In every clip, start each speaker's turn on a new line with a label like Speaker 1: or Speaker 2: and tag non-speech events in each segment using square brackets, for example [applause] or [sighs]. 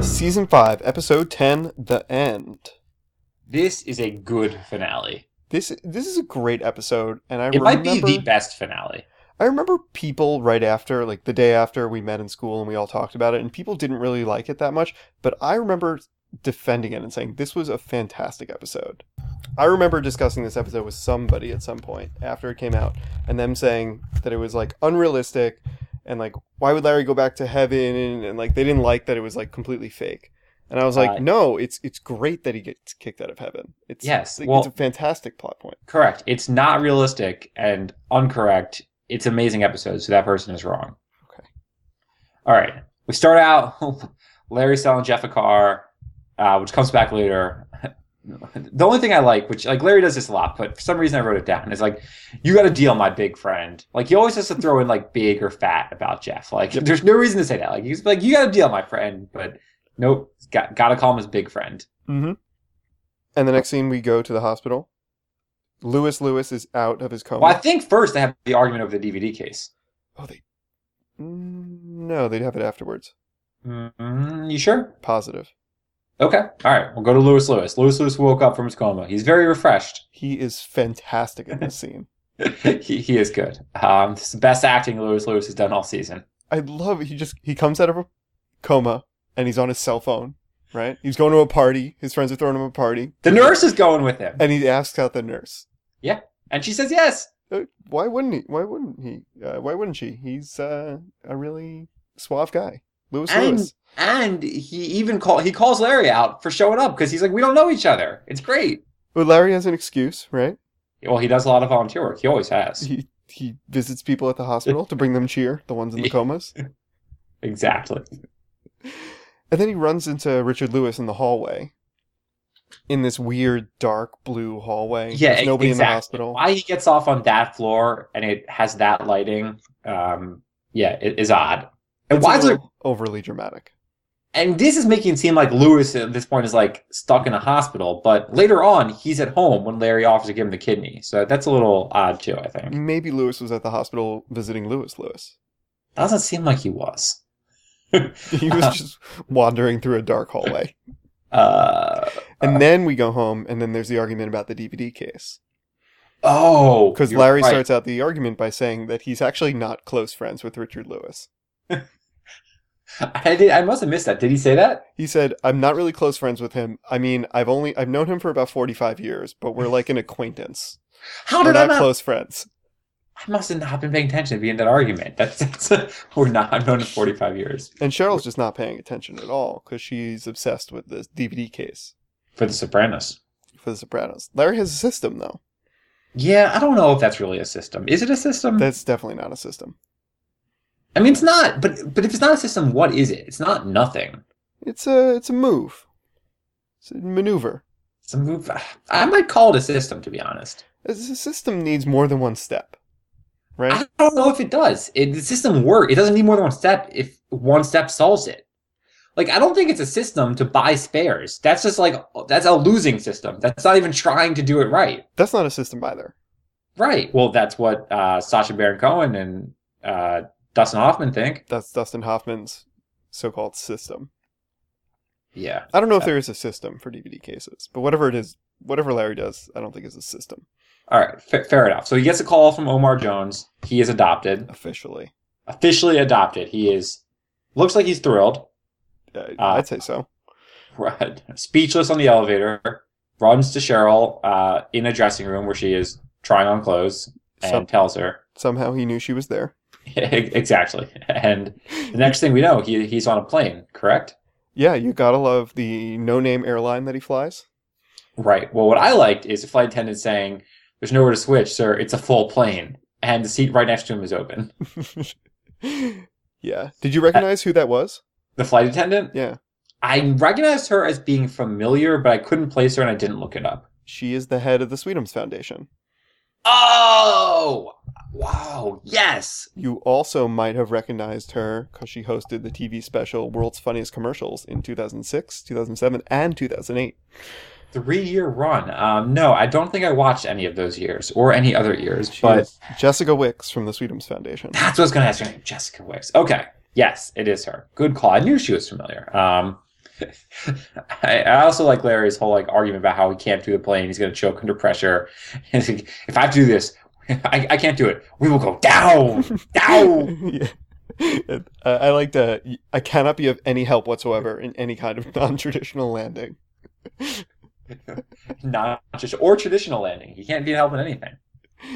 Speaker 1: Season 5, Episode 10, The End.
Speaker 2: This is a good finale.
Speaker 1: This this is a great episode, and I
Speaker 2: It might
Speaker 1: remember
Speaker 2: be the best finale.
Speaker 1: I remember people right after, like the day after we met in school and we all talked about it, and people didn't really like it that much, but I remember defending it and saying this was a fantastic episode. I remember discussing this episode with somebody at some point after it came out, and them saying that it was like unrealistic and like why would Larry go back to heaven and, and like they didn't like that it was like completely fake. And I was like,
Speaker 2: Uh,
Speaker 1: no, it's it's great that he gets kicked out of heaven. It's
Speaker 2: Yes,
Speaker 1: like,
Speaker 2: well-
Speaker 1: it's a fantastic plot point.
Speaker 2: Correct. It's not realistic and uncorrect. It's an amazing episode, so that person is wrong.
Speaker 1: Okay.
Speaker 2: All right. We start out [laughs] Larry selling Jeff a car, uh, which comes back later. [laughs] the only thing I like, which like Larry does this a lot, but for some reason I wrote it down, is like, you got a deal, my big friend. Like he always has to throw in like big or fat about Jeff. Like
Speaker 1: Yep.
Speaker 2: there's no reason to say that. Like he's like, you got a deal, my friend, but nope, got gotta call him his big friend.
Speaker 1: Mm-hmm. And the next scene, we go to the hospital. Lewis Lewis is out of his coma.
Speaker 2: Well, I think first they have the argument over the DVD case.
Speaker 1: Oh, they. Mm, No, they'd have it afterwards.
Speaker 2: Mm, you sure?
Speaker 1: Positive.
Speaker 2: Okay. All right. We'll go to Lewis Lewis. Lewis Lewis woke up from his coma. He's very refreshed. [laughs]
Speaker 1: He is fantastic in this scene.
Speaker 2: he, he is good. Um, this is the best acting Lewis Lewis has done all season.
Speaker 1: I love. He just he comes out of a coma and he's on his cell phone. Right. He's going to a party. His friends are throwing him a party,
Speaker 2: The nurse is going with him,
Speaker 1: and he asks out the nurse.
Speaker 2: and she says yes.
Speaker 1: Uh, Why wouldn't he? Why wouldn't he? Uh, why wouldn't she? He's uh, a really suave guy. Lewis
Speaker 2: And-
Speaker 1: Lewis.
Speaker 2: And he even call he calls Larry out for showing up because he's like, we don't know each other. It's great.
Speaker 1: Well, Larry has an excuse, right?
Speaker 2: Well, he does a lot of volunteer work. He always has.
Speaker 1: he he visits people at the hospital to bring them cheer, the
Speaker 2: [laughs]
Speaker 1: ones in the comas.
Speaker 2: Exactly.
Speaker 1: And then he runs into Richard Lewis in the hallway. In this weird dark blue hallway.
Speaker 2: Yeah,
Speaker 1: There's nobody in
Speaker 2: exactly.
Speaker 1: the hospital.
Speaker 2: Why he gets off on that floor and it has that lighting, um, yeah, it is odd. And
Speaker 1: It's a
Speaker 2: why is there
Speaker 1: little overly dramatic?
Speaker 2: and this is making it seem like Lewis at this point is like stuck in a hospital, but later on he's at home when Larry offers to give him the kidney. So that's a little odd too, I think.
Speaker 1: Maybe Lewis was at the hospital visiting Lewis Lewis. [laughs]
Speaker 2: Doesn't seem like he was.
Speaker 1: He
Speaker 2: Uh-huh.
Speaker 1: was just wandering through a dark hallway.
Speaker 2: Uh,
Speaker 1: And then we go home and then there's the argument about the DVD case.
Speaker 2: oh,
Speaker 1: Because
Speaker 2: you're
Speaker 1: Larry
Speaker 2: right.
Speaker 1: starts out the argument by saying that he's actually not close friends with Richard Lewis.
Speaker 2: I did. I must have missed that. Did he say that?
Speaker 1: He said, "I'm not really close friends with him. I mean, I've only I've known him for about 45 years, but we're like an acquaintance.
Speaker 2: How
Speaker 1: We're
Speaker 2: did I
Speaker 1: not
Speaker 2: not?
Speaker 1: close friends."
Speaker 2: I must have not been paying attention to be in that argument. [laughs] That's, that's we're not. I've known him forty five years
Speaker 1: And Cheryl's just not paying attention at all because she's obsessed with this DVD case
Speaker 2: for The Sopranos.
Speaker 1: for The Sopranos. Larry has a system though.
Speaker 2: Yeah, I don't know if that's really a system. Is it a system?
Speaker 1: That's definitely not a system.
Speaker 2: I mean, it's not. But but if it's not a system, what is it? It's not nothing.
Speaker 1: It's a it's a move. It's a maneuver.
Speaker 2: It's a move. I might call it a system, to be honest.
Speaker 1: A s- a system needs more than one step, right?
Speaker 2: I don't know if it does. It, the system work. It doesn't need more than one step. If one step solves it, like I don't think it's a system to buy spares. That's just like that's a losing system. That's not even trying to do it right.
Speaker 1: That's not a system either.
Speaker 2: Right. Well, that's what uh, Sasha Baron Cohen and uh, Dustin Hoffman think.
Speaker 1: That's Dustin Hoffman's so-called system.
Speaker 2: Yeah.
Speaker 1: I don't know if there is a system for DVD cases, but whatever it is, whatever Larry does, I don't think is a system
Speaker 2: All right. F- fair enough. So he gets a call from Omar Jones. He is adopted,
Speaker 1: officially.
Speaker 2: officially adopted. He is looks like he's thrilled.
Speaker 1: Uh,
Speaker 2: Ah.
Speaker 1: I'd say so.
Speaker 2: Right. Speechless on the elevator, runs to Cheryl uh, in a dressing room where she is trying on clothes and
Speaker 1: Some,
Speaker 2: tells her. [laughs] E-,
Speaker 1: somehow he knew she was there.
Speaker 2: exactly. And the next thing we know, he, he's on a plane, correct?
Speaker 1: Yeah, you gotta love the no-name airline that he flies. [laughs]
Speaker 2: Right. Well, what I liked is the flight attendant saying, There's nowhere to switch, sir. It's a full plane. And the seat right next to him is open.
Speaker 1: yeah. Did you
Speaker 2: Uh,
Speaker 1: recognize who that was?
Speaker 2: The flight attendant,
Speaker 1: Yeah,
Speaker 2: I recognized her as being familiar, but I couldn't place her and I didn't look it up.
Speaker 1: she is the head of the Sweetums Foundation.
Speaker 2: Oh! Wow. Yes.
Speaker 1: You also might have recognized her because she hosted the TV special World's Funniest Commercials in 2006, 2007, and 2008.
Speaker 2: three year run. Um, no, I don't think I watched any of those years or any other years,
Speaker 1: She
Speaker 2: but
Speaker 1: is Jessica Wicks from the Sweetums Foundation.
Speaker 2: that's what I was going to ask her name Jessica Wicks. Okay. Yes, it is her. Good call. I knew she was familiar. Um, [laughs] I, I also like Larry's whole like argument about how he can't do the plane. He's going to choke under pressure. [laughs] He's like, if I have to do this, [laughs] I, I can't do it. We will go down, down.
Speaker 1: [laughs] yeah. Uh, I like to. I cannot be of any help whatsoever in any kind of [laughs] non-traditional landing.
Speaker 2: Not just or traditional landing. He can't be helping anything.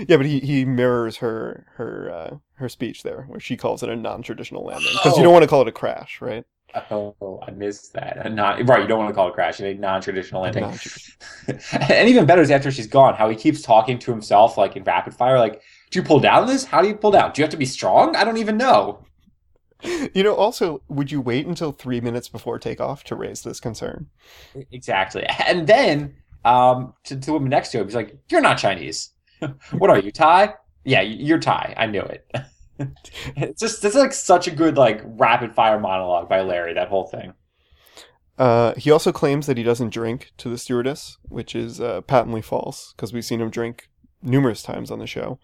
Speaker 1: Yeah, but he, he mirrors her her uh, her speech there, where she calls it a non-traditional landing because you don't want to call it a crash, right?
Speaker 2: Oh, I missed that. Not right. You don't want to call it crash. It a non-traditional landing.
Speaker 1: Non-traditional.
Speaker 2: [laughs] and even better is after she's gone, how he keeps talking to himself like in rapid fire, like, "Do you pull down this? How do you pull down? Do you have to be strong? I don't even know."
Speaker 1: You know. Also, would you wait until three minutes before takeoff to raise this concern?
Speaker 2: E-, Exactly. [laughs] And then um, to to the woman next to him, he's like, "You're not Chinese. [laughs] what are you, Thai? Yeah, you're Thai. I knew it." [laughs] it's just it's like such a good like rapid fire monologue by Larry. That whole thing.
Speaker 1: Uh, he also claims that he doesn't drink to the stewardess, which is uh, patently false because we've seen him drink numerous times on the show.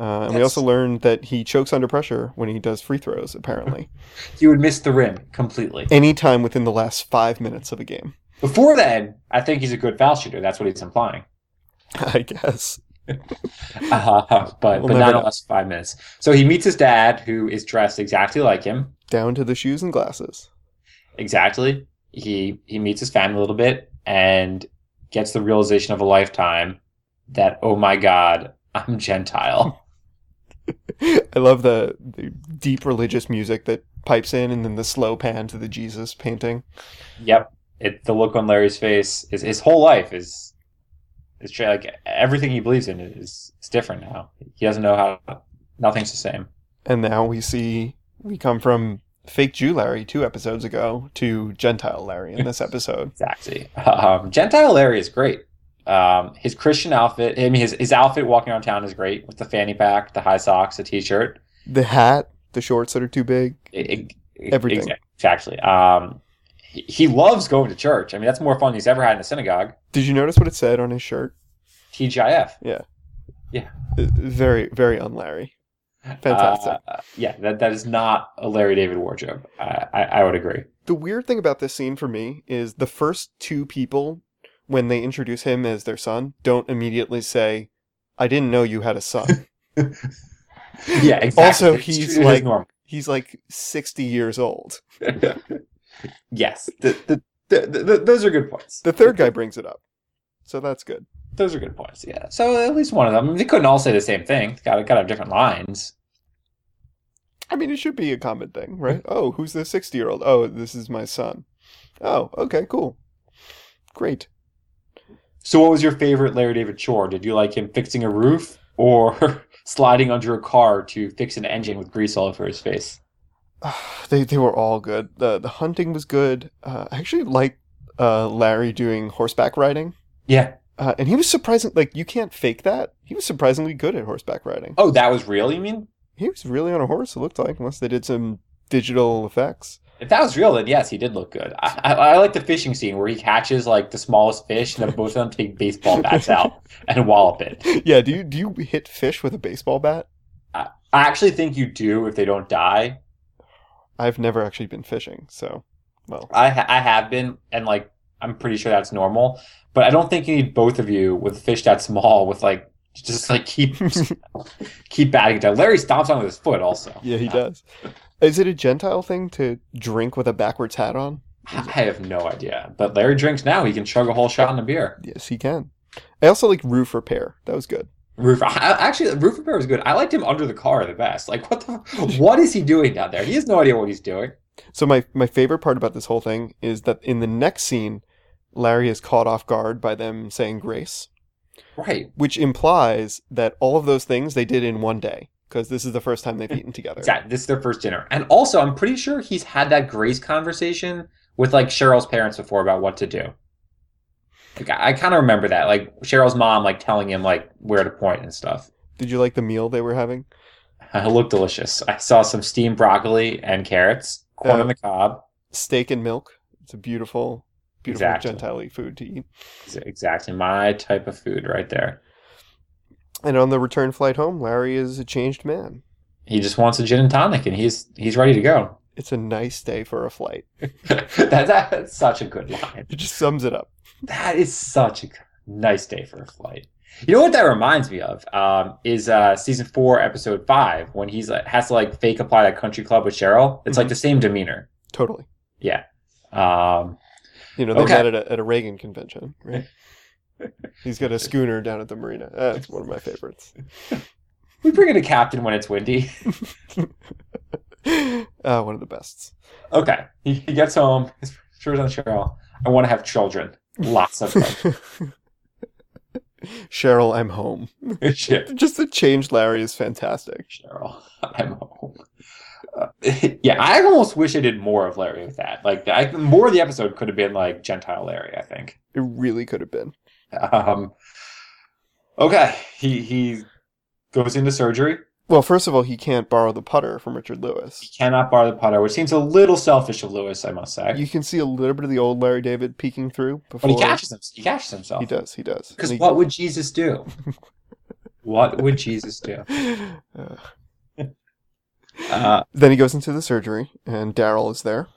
Speaker 1: Uh, and we
Speaker 2: That's-
Speaker 1: also learned that he chokes under pressure when he does free throws, apparently, [laughs]
Speaker 2: You would miss the rim completely.
Speaker 1: anytime within the last five minutes of a game, [laughs]
Speaker 2: Before then, I think he's a good foul shooter. That's what he's implying.
Speaker 1: I guess.
Speaker 2: Uh, but
Speaker 1: We'll
Speaker 2: but
Speaker 1: never know.
Speaker 2: nonetheless, five minutes. So he meets his dad, who is dressed exactly like him.
Speaker 1: Down to the shoes and glasses. [laughs]
Speaker 2: Exactly. He he meets his family a little bit and gets the realization of a lifetime that oh my god, [laughs] I'm Gentile.
Speaker 1: I love the, the deep religious music that pipes in and then the slow pan to the Jesus painting.
Speaker 2: yep. It, the look on Larry's face is his whole life is is tra- like everything he believes in is, is different now. He doesn't know how. Nothing's the same.
Speaker 1: And now we see we come from fake Jew Larry two episodes ago to Gentile Larry in this episode.
Speaker 2: Exactly. Um, Gentile Larry is great. Um, his Christian outfit, I mean, his, his outfit walking around town is great with the fanny pack, the high socks, the t shirt.
Speaker 1: The hat, the shorts that are too big. Everything.
Speaker 2: Exactly. Um, he, he loves going to church. I mean, that's more fun than he's ever had in a synagogue.
Speaker 1: Did you notice what it said on his shirt?
Speaker 2: TGIF.
Speaker 1: Uh, Very, very un Larry. Fantastic.
Speaker 2: Uh, yeah, that, that is not a Larry David wardrobe. I, I, I would agree.
Speaker 1: the weird thing about this scene for me is the first two people, when they introduce him as their son, don't immediately say, I didn't know you had a son.
Speaker 2: [laughs] Yeah, exactly.
Speaker 1: Also,
Speaker 2: It's
Speaker 1: he's
Speaker 2: true, it is
Speaker 1: like-
Speaker 2: normal.
Speaker 1: He's like 60 years old.
Speaker 2: [laughs] yes, the, the, the, the, those are good points.
Speaker 1: The third guy brings it up. So that's good.
Speaker 2: Those are good points. Yeah. So at least one of them. They couldn't all say the same thing. Got to got to have different lines.
Speaker 1: I mean, it should be a common thing, right? Oh, who's the 60 year old? Oh, this is my son. Oh, okay, cool. Great. [sighs]
Speaker 2: So what was your favorite Larry David chore? Did you like him fixing a roof or [laughs] sliding under a car to fix an engine with grease all over his face?
Speaker 1: Ah, they they were all good. The the hunting was good. Uh, I actually like uh, Larry doing horseback riding,
Speaker 2: Yeah.
Speaker 1: uh, and he was surprising. Like you can't fake that. He was surprisingly good at horseback riding.
Speaker 2: Oh, that was real. You mean?
Speaker 1: He was really on a horse. It looked like unless they did some digital effects. [laughs]
Speaker 2: If that was real, then yes, he did look good. I, I, I like the fishing scene where he catches like the smallest fish, and then both of them take baseball bats out and wallop it.
Speaker 1: yeah. Do you do you hit fish with a baseball bat?
Speaker 2: I actually think you do if they don't die.
Speaker 1: I've never actually been fishing, so well.
Speaker 2: I ha- I have been, and like I'm pretty sure that's normal. But I don't think you need both of you with fish that small with like just
Speaker 1: [laughs]
Speaker 2: like keep keep batting it down. Larry stomps on with his foot also.
Speaker 1: Yeah, he does. Is it a Gentile thing to drink with a backwards hat on?
Speaker 2: I have no idea. But Larry drinks now. He can chug a whole shot in a beer.
Speaker 1: Yes, he can. I also like roof repair. That was good.
Speaker 2: Roof I, actually roof repair was good. I liked him under the car the best. Like what the what is he doing down there? He has no idea what he's doing.
Speaker 1: So my my favorite part about this whole thing is that in the next scene, Larry is caught off guard by them saying grace,
Speaker 2: Right.
Speaker 1: which implies that all of those things they did in one day because this is the first time they've eaten together.
Speaker 2: Exactly. This is their first dinner. And also I'm pretty sure he's had that grace conversation with like Cheryl's parents before about what to do. Like I, I kinda remember that. Like Cheryl's mom like telling him like where to point and stuff. [laughs]
Speaker 1: Did you like the meal they were having?
Speaker 2: It looked delicious. I saw some steamed broccoli and carrots, corn
Speaker 1: Uh,
Speaker 2: on the cob.
Speaker 1: Steak and milk. It's a beautiful, beautiful
Speaker 2: Exactly.
Speaker 1: Gentile food to eat.
Speaker 2: Exactly. My type of food right there.
Speaker 1: And on the return flight home, Larry is a changed man.
Speaker 2: He just wants a gin and tonic and he's he's ready to go. [laughs]
Speaker 1: It's a nice day for a flight.
Speaker 2: that, that's such a good line.
Speaker 1: It just sums it up.
Speaker 2: That is such a g- nice day for a flight. You know what that reminds me of um, is uh, season four, episode five, when he's like, has to like fake apply that country club with Cheryl. It's like the same demeanor.
Speaker 1: Totally.
Speaker 2: Yeah. Um,
Speaker 1: You know, they
Speaker 2: Okay.
Speaker 1: met at a, at a Reagan convention,
Speaker 2: [laughs]
Speaker 1: right? He's got a schooner down at the marina. Uh, it's one of my favorites.
Speaker 2: [laughs] we bring in a captain when it's windy. [laughs]
Speaker 1: Uh, one of the best.
Speaker 2: Okay. He, he gets home. His shirt's on Cheryl. I want to have children. Lots of
Speaker 1: [laughs]
Speaker 2: them.
Speaker 1: [laughs] Cheryl, I'm home.
Speaker 2: Shit,
Speaker 1: Just the change Larry is fantastic.
Speaker 2: Cheryl. I'm home. Uh, [laughs] yeah, I almost wish I did more of Larry with that. Like, I, more of the episode could have been like Gentile Larry, I think.
Speaker 1: It really could have been.
Speaker 2: Um, okay, he he goes into surgery.
Speaker 1: Well, first of all, he can't borrow the putter from Richard
Speaker 2: He
Speaker 1: Lewis.
Speaker 2: cannot borrow the putter, which seems a little selfish of Lewis, I must say.
Speaker 1: You can see a little bit of the old Larry David peeking through before
Speaker 2: but he catches him. He catches himself.
Speaker 1: He does. He does.
Speaker 2: Because
Speaker 1: And he-
Speaker 2: what would
Speaker 1: [laughs]
Speaker 2: Jesus do? what would Jesus do?
Speaker 1: [sighs] Uh,
Speaker 2: Uh,
Speaker 1: then he goes into the surgery, and Daryl is there.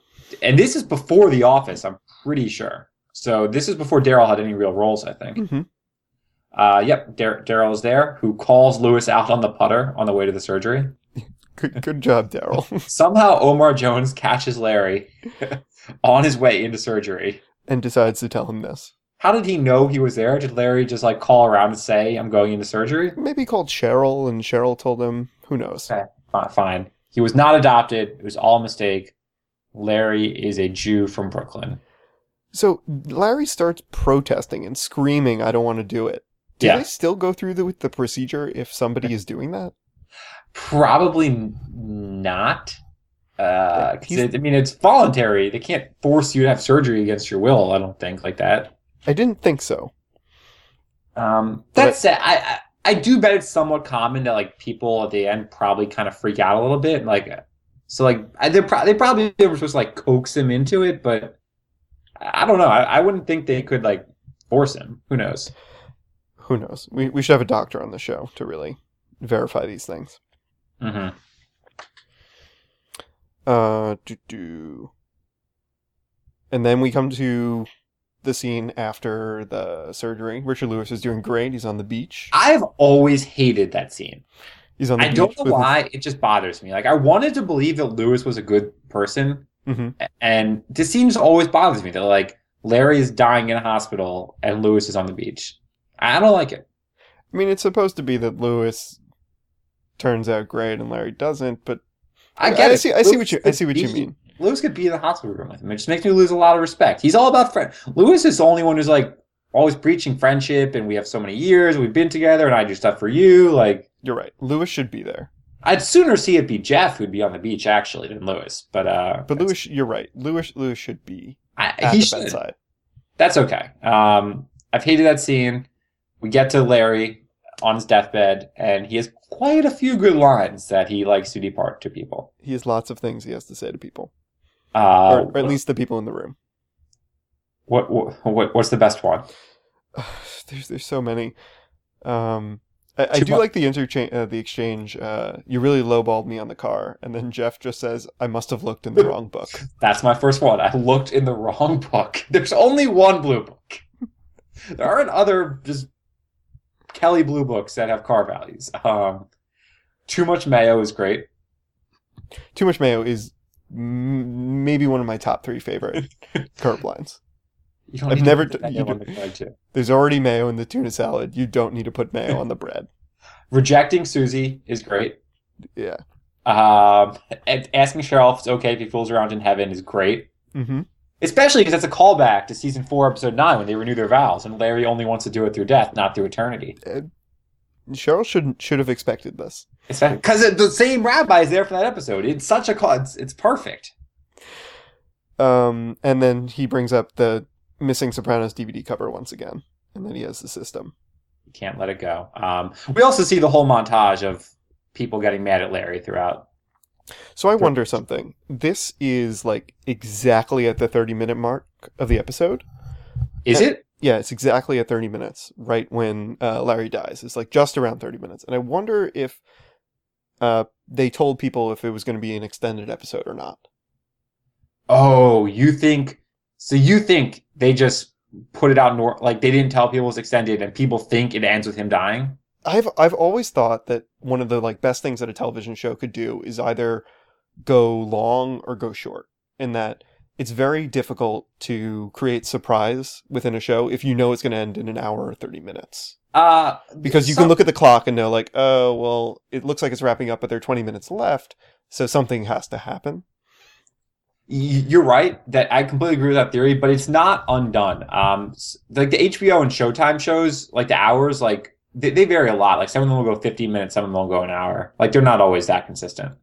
Speaker 2: and this is before The Office, I'm pretty sure. So this is before Daryl had any real roles, I think.
Speaker 1: Mm-hmm.
Speaker 2: Uh, yep, Dar- Daryl's there, who calls Lewis out on the putter on the way to the surgery.
Speaker 1: [laughs] Good, good job, Daryl.
Speaker 2: Somehow Omar Jones catches Larry [laughs] on his way into surgery.
Speaker 1: and decides to tell him this.
Speaker 2: How did he know he was there? Did Larry just like call around and say, I'm going into surgery?
Speaker 1: Maybe he called Cheryl, and Cheryl told him, who knows?
Speaker 2: Fi- Fine. He was not adopted. It was all a mistake. Larry is a Jew from Brooklyn.
Speaker 1: So Larry starts protesting and screaming, I don't want to do it. Do
Speaker 2: Yeah.
Speaker 1: they still go through the, with the procedure if somebody is doing that?
Speaker 2: Probably n- not. Uh, 'cause
Speaker 1: He's-
Speaker 2: it- I mean, it's voluntary. They can't force you to have surgery against your will, I don't think, like that.
Speaker 1: I didn't think so.
Speaker 2: Um,
Speaker 1: But-
Speaker 2: that said, I, I I do bet it's somewhat common that like people at the end probably kind of freak out a little bit, and, like so like I, they pro- they probably they were supposed to like coax him into it, but I I don't know. I, I wouldn't think they could like force him. Who knows?
Speaker 1: Who knows? We, we should have a doctor on the show to really verify these things.
Speaker 2: Mm-hmm.
Speaker 1: Uh, do do. And then we come to the scene after the surgery. Richard Lewis is doing great. He's on the beach.
Speaker 2: I've always hated that scene.
Speaker 1: He's on the
Speaker 2: I
Speaker 1: beach.
Speaker 2: don't know
Speaker 1: with his-
Speaker 2: why. It just bothers me. Like I wanted to believe that Lewis was a good person,
Speaker 1: Mhm.
Speaker 2: and this scene just always bothers me. That like Larry is dying in a hospital and Lewis is on the beach. I don't like it.
Speaker 1: I mean, it's supposed to be that Lewis turns out great and Larry doesn't, but
Speaker 2: I get
Speaker 1: I
Speaker 2: it.
Speaker 1: see- I see what
Speaker 2: Lewis
Speaker 1: you- I
Speaker 2: could
Speaker 1: see what you
Speaker 2: be-
Speaker 1: mean.
Speaker 2: Lewis could be in the hospital room with him. It just makes me lose a lot of respect. He's all about friend. Lewis is the only one who's like always preaching friendship, and we have so many years, we've been together, and I do stuff for you. Like
Speaker 1: you're right. Lewis should be there.
Speaker 2: I'd sooner see it be Jeff who'd be on the beach actually than Lewis. But uh,
Speaker 1: But Lewis, you're right. Lewis, Lewis should be
Speaker 2: I,
Speaker 1: at
Speaker 2: he
Speaker 1: the
Speaker 2: should.
Speaker 1: bedside.
Speaker 2: That's okay. Um, I've hated that scene. We get to Larry on his deathbed, and he has quite a few good lines that he likes to depart to people.
Speaker 1: He has lots of things he has to say to people,
Speaker 2: Uh,
Speaker 1: or, or at least the people in the room. [sighs]
Speaker 2: what, what what what's the best one?
Speaker 1: there's there's so many. Um, I, I
Speaker 2: Too
Speaker 1: do
Speaker 2: mu-
Speaker 1: like the interchange, uh, the exchange. Uh, you really lowballed me on the car, and then Jeff just says, "I must have looked in the wrong
Speaker 2: [laughs]
Speaker 1: book."
Speaker 2: That's my first one. I looked in the wrong [laughs] book. There's only one blue book. There aren't other just Kelly blue books that have car values. Um, too much mayo is great.
Speaker 1: Too much mayo is m- maybe one of my top three favorite curb lines.
Speaker 2: You don't
Speaker 1: I've
Speaker 2: need
Speaker 1: never
Speaker 2: to put
Speaker 1: d-
Speaker 2: that
Speaker 1: you
Speaker 2: one
Speaker 1: do-
Speaker 2: in there, too.
Speaker 1: There's already mayo in the tuna salad. You don't need to put mayo on the bread.
Speaker 2: Rejecting Susie is great.
Speaker 1: Yeah.
Speaker 2: Um, and asking Cheryl if it's okay if he fools around in heaven is great.
Speaker 1: hmm
Speaker 2: Especially because that's a callback to season four, episode nine, when they renew their vows, and Larry only wants to do it through death, not through eternity.
Speaker 1: Cheryl shouldn't should have expected this.
Speaker 2: Because the same rabbi is there for that episode. It's such a call. It's, it's perfect.
Speaker 1: Um, and then he brings up the missing Sopranos DVD cover once again, and then he has the system.
Speaker 2: You can't let it go. Um, we also see the whole montage of people getting mad at Larry throughout.
Speaker 1: So I wonder something. This is like exactly at the 30 minute mark of the episode.
Speaker 2: Is it?
Speaker 1: Yeah, it's exactly at 30 minutes, right when uh, Larry dies. It's like just around 30 minutes. And I wonder if uh, they told people if it was going to be an extended episode or not.
Speaker 2: Oh, you think so? You think they just put it out nor- like they didn't tell people it was extended, and people think it ends with him dying?
Speaker 1: I've I've always thought that one of the like best things that a television show could do is either go long or go short. In that it's very difficult to create surprise within a show if you know it's going to end in an hour or 30 minutes.
Speaker 2: Uh
Speaker 1: Because you
Speaker 2: some-
Speaker 1: can look at the clock and know like, oh, well, it looks like it's wrapping up but there are 20 minutes left, so something has to happen.
Speaker 2: Y- You're right that I completely agree with that theory, but it's not undone. Um, s- like the HBO and Showtime shows, like the hours, like they, they vary a lot. Like some of them will go 15 minutes, some of them will go an hour. Like they're not always that consistent.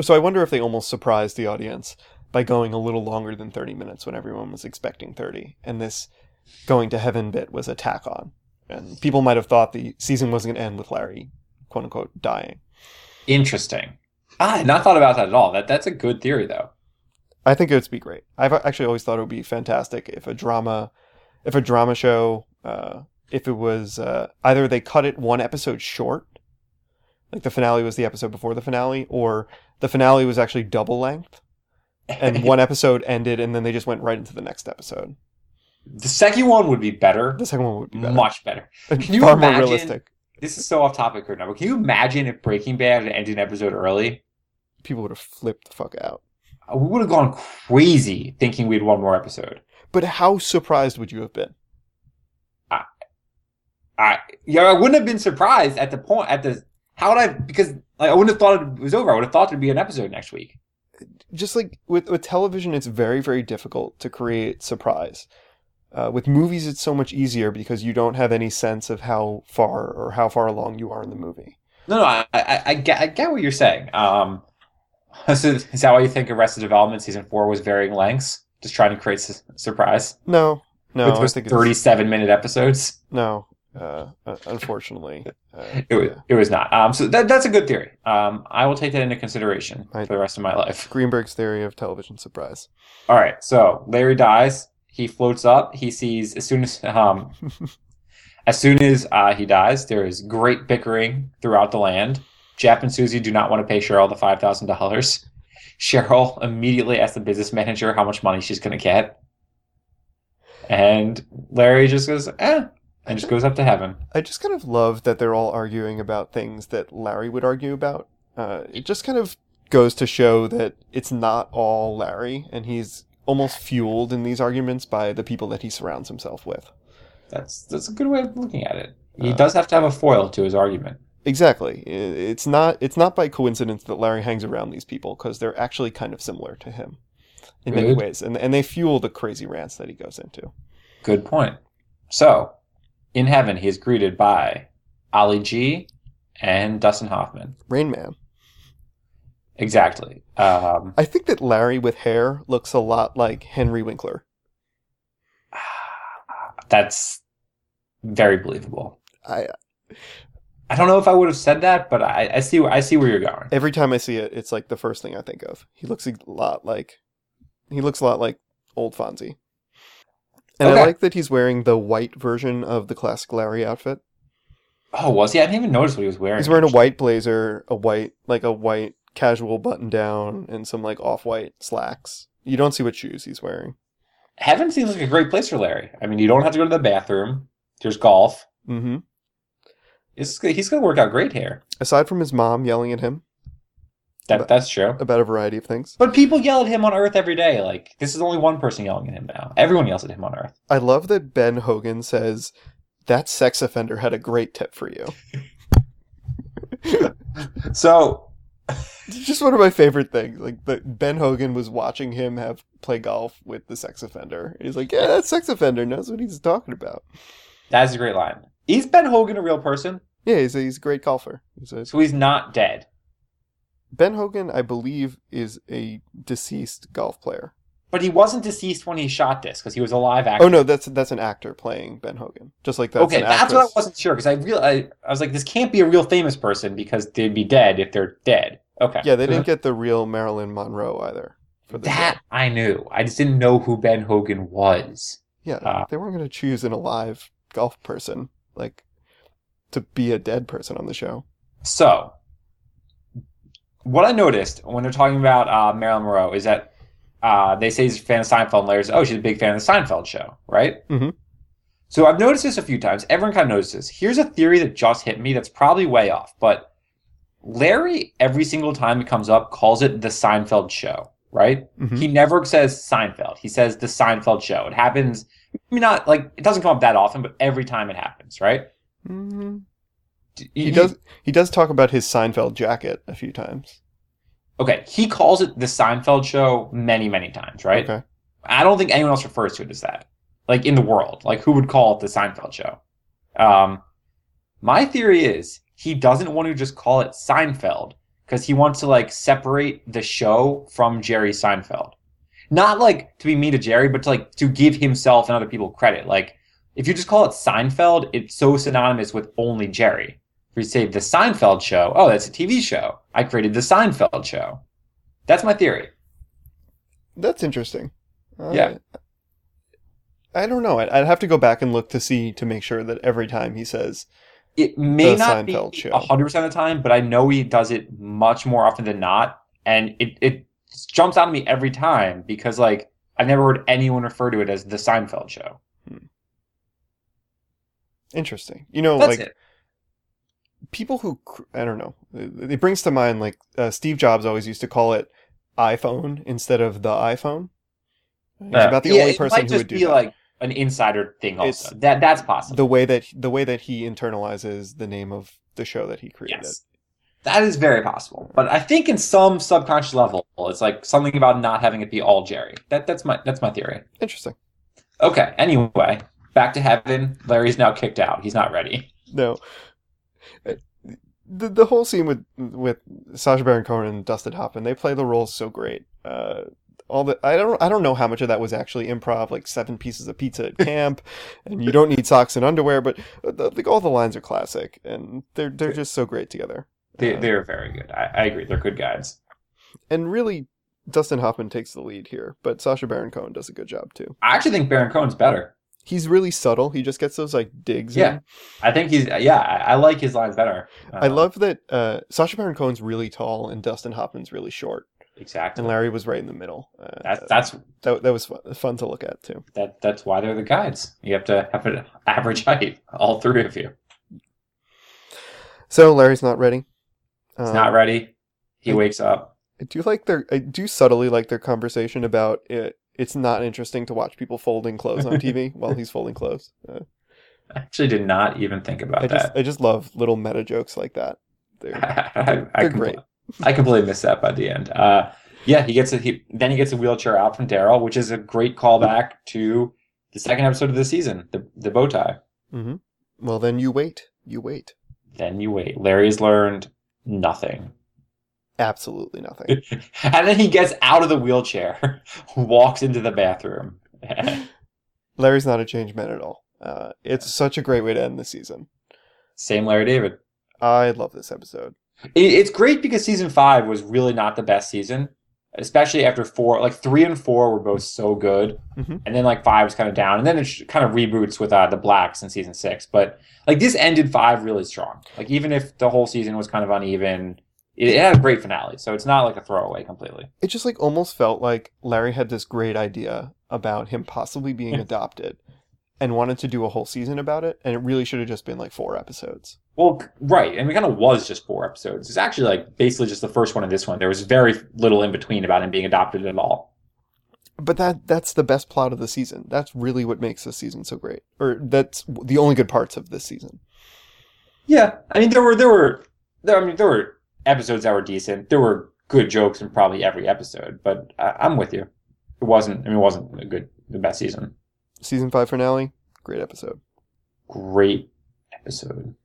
Speaker 1: So I wonder if they almost surprised the audience by going a little longer than 30 minutes when everyone was expecting 30. And this going to heaven bit was a tack on. And people might have thought the season wasn't going to end with Larry, quote unquote, dying.
Speaker 2: Interesting. I had not thought about that at all. That that's a good theory though.
Speaker 1: I think it would be great. I've actually always thought it would be fantastic if a drama, if a drama show, uh, if it was uh, either they cut it one episode short, like the finale was the episode before the finale, or the finale was actually double length,
Speaker 2: [laughs]
Speaker 1: [laughs] and one episode ended, and then they just went right into the next episode.
Speaker 2: The second one would be better,
Speaker 1: The second one would be better. [laughs]
Speaker 2: much better. Can you
Speaker 1: Far more
Speaker 2: imagine-
Speaker 1: realistic.
Speaker 2: This is so off topic right now, but can you imagine if Breaking Bad had ended an episode early?
Speaker 1: People would have flipped the fuck out.
Speaker 2: We would have gone crazy thinking we'd one more episode.
Speaker 1: But how surprised would you have been?
Speaker 2: I yeah, I wouldn't have been surprised at the point at the how would I because like I wouldn't have thought it was over. I would have thought there'd be an episode next week.
Speaker 1: just like with, with television, it's very, very difficult to create surprise. Uh, with movies, it's so much easier because you don't have any sense of how far or how far along you are in the movie.
Speaker 2: No, no, I I, I, get, I get what you're saying. Um, [laughs] so is that why you think Arrested Development season four was varying lengths, just trying to create su- surprise
Speaker 1: No, no,
Speaker 2: with
Speaker 1: I
Speaker 2: those
Speaker 1: think it's,
Speaker 2: 37 minute episodes?
Speaker 1: no. Uh, un- unfortunately, uh,
Speaker 2: [laughs] It was
Speaker 1: yeah.
Speaker 2: it was not. Um, so that that's a good theory. Um, I will take that into consideration
Speaker 1: I-
Speaker 2: for the rest of my life.
Speaker 1: Greenberg's theory of television surprise.
Speaker 2: All right, so Larry dies. He floats up. He sees as soon as um, as soon as uh, he dies, there is great bickering throughout the land. Jeff and Susie do not want to pay Cheryl the five thousand dollars. [laughs] Cheryl immediately asks the business manager how much money she's going to get, and Larry just goes, "Eh," and just goes up to heaven.
Speaker 1: I just kind of love that they're all arguing about things that Larry would argue about. Uh, it just kind of goes to show that it's not all Larry, and he's almost fueled in these arguments by the people that he surrounds himself with.
Speaker 2: That's that's a good way of looking at it. He
Speaker 1: Uh,
Speaker 2: does have to have a foil to his argument.
Speaker 1: Exactly. I- It's not it's not by coincidence that Larry hangs around these people because they're actually kind of similar to him in many
Speaker 2: Good.
Speaker 1: ways, and and they fuel the crazy rants that he goes into.
Speaker 2: Good point. So, in heaven, he is greeted by Ali G and Dustin Hoffman.
Speaker 1: Rain Man.
Speaker 2: Exactly. Um,
Speaker 1: I think that Larry with hair looks a lot like Henry Winkler.
Speaker 2: that's very believable.
Speaker 1: I
Speaker 2: I don't know if I would have said that, but I, I see I see where you're going.
Speaker 1: every time I see it, it's like the first thing I think of. He looks a lot like he looks a lot like old Fonzie. And
Speaker 2: Okay.
Speaker 1: I like that he's wearing the white version of the classic Larry outfit.
Speaker 2: Oh, was he? I didn't even notice what he was wearing.
Speaker 1: He's wearing a white blazer, a white like a white casual button down, and some like off white slacks. You don't see what shoes he's wearing.
Speaker 2: Heaven seems like a great place for Larry. I mean, you don't have to go to the bathroom. There's golf.
Speaker 1: hmm
Speaker 2: It's, he's going to work out great here.
Speaker 1: Aside from his mom yelling at him
Speaker 2: That that's true.
Speaker 1: about a variety of things,
Speaker 2: But people yell at him on Earth every day. Like this is only one person yelling at him now. Everyone yells at him on Earth.
Speaker 1: I love that Ben Hogan says that sex offender had a great tip for you.
Speaker 2: So
Speaker 1: It's just one of my favorite things. Like the, Ben Hogan was watching him have play golf with the sex offender. He's like, yeah, that sex offender knows what he's talking about.
Speaker 2: That's a great line. Is Ben Hogan a real person?
Speaker 1: Yeah, he's a, he's a great golfer. He's a
Speaker 2: So he's not dead.
Speaker 1: Ben Hogan, I believe, is a deceased golf player.
Speaker 2: But he wasn't deceased when he shot this because he was a live actor.
Speaker 1: Oh no, that's that's an actor playing Ben Hogan. Just like that's
Speaker 2: okay,
Speaker 1: an
Speaker 2: that's what I
Speaker 1: actress.
Speaker 2: wasn't sure because I real I, I was like, this can't be a real famous person because they'd be dead if they're dead. Okay. Uh-huh.
Speaker 1: Yeah, they didn't get the real Marilyn Monroe either. For the
Speaker 2: That I knew. I just didn't know who Ben Hogan was.
Speaker 1: yeah,
Speaker 2: Ah.
Speaker 1: they weren't going to choose an alive golf person like to be a dead person on the show.
Speaker 2: So, what I noticed when they're talking about uh, Marilyn Monroe is that uh, they say he's a fan of Seinfeld, and Larry says, "Oh, she's a big fan of the Seinfeld show, right?"
Speaker 1: Mhm.
Speaker 2: So I've noticed this a few times. Everyone kind of notices. this. Here's a theory that just hit me that's probably way off, but Larry, every single time it comes up, calls it the Seinfeld show, right?
Speaker 1: Mhm.
Speaker 2: He never says Seinfeld. He says the Seinfeld show. It happens. I mean, not like it doesn't come up that often, but every time it happens, right?
Speaker 1: Mm,
Speaker 2: D-
Speaker 1: He
Speaker 2: you-
Speaker 1: does. He does talk about his Seinfeld jacket a few times.
Speaker 2: Okay, he calls it the Seinfeld show many, many times, right?
Speaker 1: Okay.
Speaker 2: I don't think anyone else refers to it as that. Like in the world, like who would call it the Seinfeld show? Um, my theory is he doesn't want to just call it Seinfeld because he wants to like separate the show from Jerry Seinfeld. Not like to be mean to Jerry, but to like to give himself and other people credit. Like if you just call it Seinfeld, it's so synonymous with only Jerry. If you say the Seinfeld show, oh, that's a TV show. I created the Seinfeld show. That's my theory.
Speaker 1: That's interesting. Uh,
Speaker 2: Yeah.
Speaker 1: I don't know. I'd, I'd have to go back and look to see to make sure that every time he says,
Speaker 2: It may
Speaker 1: The
Speaker 2: not be
Speaker 1: Seinfeld Show.
Speaker 2: a hundred percent of the time, but I know he does it much more often than not, and it it jumps out at me every time because like I never heard anyone refer to it as the Seinfeld show.
Speaker 1: "Interesting." You know,
Speaker 2: That's
Speaker 1: like
Speaker 2: it.
Speaker 1: people who cr- I don't know. It it brings to mind like uh, Steve Jobs always used to call it iPhone instead of the iPhone. He's
Speaker 2: Yeah.
Speaker 1: about the
Speaker 2: Yeah,
Speaker 1: only
Speaker 2: it
Speaker 1: person
Speaker 2: might
Speaker 1: who
Speaker 2: just
Speaker 1: would do
Speaker 2: be
Speaker 1: that.
Speaker 2: like an insider thing. Also,
Speaker 1: It's-
Speaker 2: that that's possible.
Speaker 1: the way that the way that he internalizes the name of the show that he created.
Speaker 2: Yes. That is very possible. But I think in some subconscious level, it's like something about not having it be all Jerry. That that's my that's my theory.
Speaker 1: Interesting.
Speaker 2: Okay. Anyway, back to heaven. Larry's now kicked out. He's not ready.
Speaker 1: No. Uh, The, the whole scene with with Sasha Baron Cohen and Dustin Hoffman, they play the roles so great. Uh, all the I don't I don't know how much of that was actually improv, like seven pieces of pizza at camp,
Speaker 2: [laughs]
Speaker 1: and you don't need socks and underwear. But uh, the, like all the lines are classic, and they're they're just so great together.
Speaker 2: They
Speaker 1: Uh,
Speaker 2: they're very good. I, I agree. They're good guys.
Speaker 1: and really, Dustin Hoffman takes the lead here, but Sasha Baron Cohen does a good job too.
Speaker 2: I actually think Baron Cohen's better.
Speaker 1: He's really subtle. He just gets those like digs. in.
Speaker 2: Yeah. I think he's yeah. I, I like his lines better.
Speaker 1: I
Speaker 2: Uh,
Speaker 1: love that uh, Sasha Baron Cohen's really tall and Dustin Hoffman's really short,
Speaker 2: exactly.
Speaker 1: and Larry was right in the middle. Uh,
Speaker 2: That's that's
Speaker 1: that, that was fun, fun to look at too.
Speaker 2: that that's why they're the guides. You have to have an [laughs] average height, all three of you.
Speaker 1: So Larry's not ready.
Speaker 2: He's
Speaker 1: Um,
Speaker 2: not ready. He
Speaker 1: I-
Speaker 2: wakes up.
Speaker 1: I do like their. I do subtly like their conversation about it. It's not interesting to watch people folding clothes on
Speaker 2: [laughs]
Speaker 1: TV while he's folding clothes. Uh,
Speaker 2: I actually did not even think about
Speaker 1: I
Speaker 2: that. [laughs]
Speaker 1: just, I just love little meta jokes like that. They're,
Speaker 2: I, I
Speaker 1: They're
Speaker 2: compl-
Speaker 1: great.
Speaker 2: I completely missed that by the end. Uh, yeah, he gets a he then he gets a wheelchair out from Daryl, which is a great callback to the second episode of the season, the the bow tie.
Speaker 1: Mm-hmm. well, then you wait. You wait.
Speaker 2: Then you wait. Larry's learned nothing,
Speaker 1: Absolutely nothing.
Speaker 2: [laughs] and then he gets out of the wheelchair, [laughs] walks into the bathroom. [laughs]
Speaker 1: Larry's not a changed man at all. Uh, it's such a great way to end the season.
Speaker 2: Same Larry David.
Speaker 1: I love this episode.
Speaker 2: It, it's great because season five was really not the best season, especially after four. Like three and four were both so good,
Speaker 1: Mhm.
Speaker 2: and then like five was kind of down, and then it sh- kind of reboots with uh, the blacks in season six. But like this ended five really strong. Like even if the whole season was kind of uneven, it, it had a great finale. So it's not like a throwaway completely.
Speaker 1: it just like almost felt like Larry had this great idea about him possibly being adopted and wanted to do a whole season about it and it really should have just been like four episodes.
Speaker 2: Well, c- right, and it kind of was just four episodes. It's actually like basically just the first one and this one. There was very little in between about him being adopted at all.
Speaker 1: But that that's the best plot of the season. That's really what makes this season so great. Or that's the only good parts of this season.
Speaker 2: Yeah, I mean there were there were there. I mean there were episodes that were decent. There were good jokes in probably every episode, but I, I'm with you. It wasn't. I mean, it wasn't a good the best season.
Speaker 1: Season 5 finale, great episode.
Speaker 2: Great episode.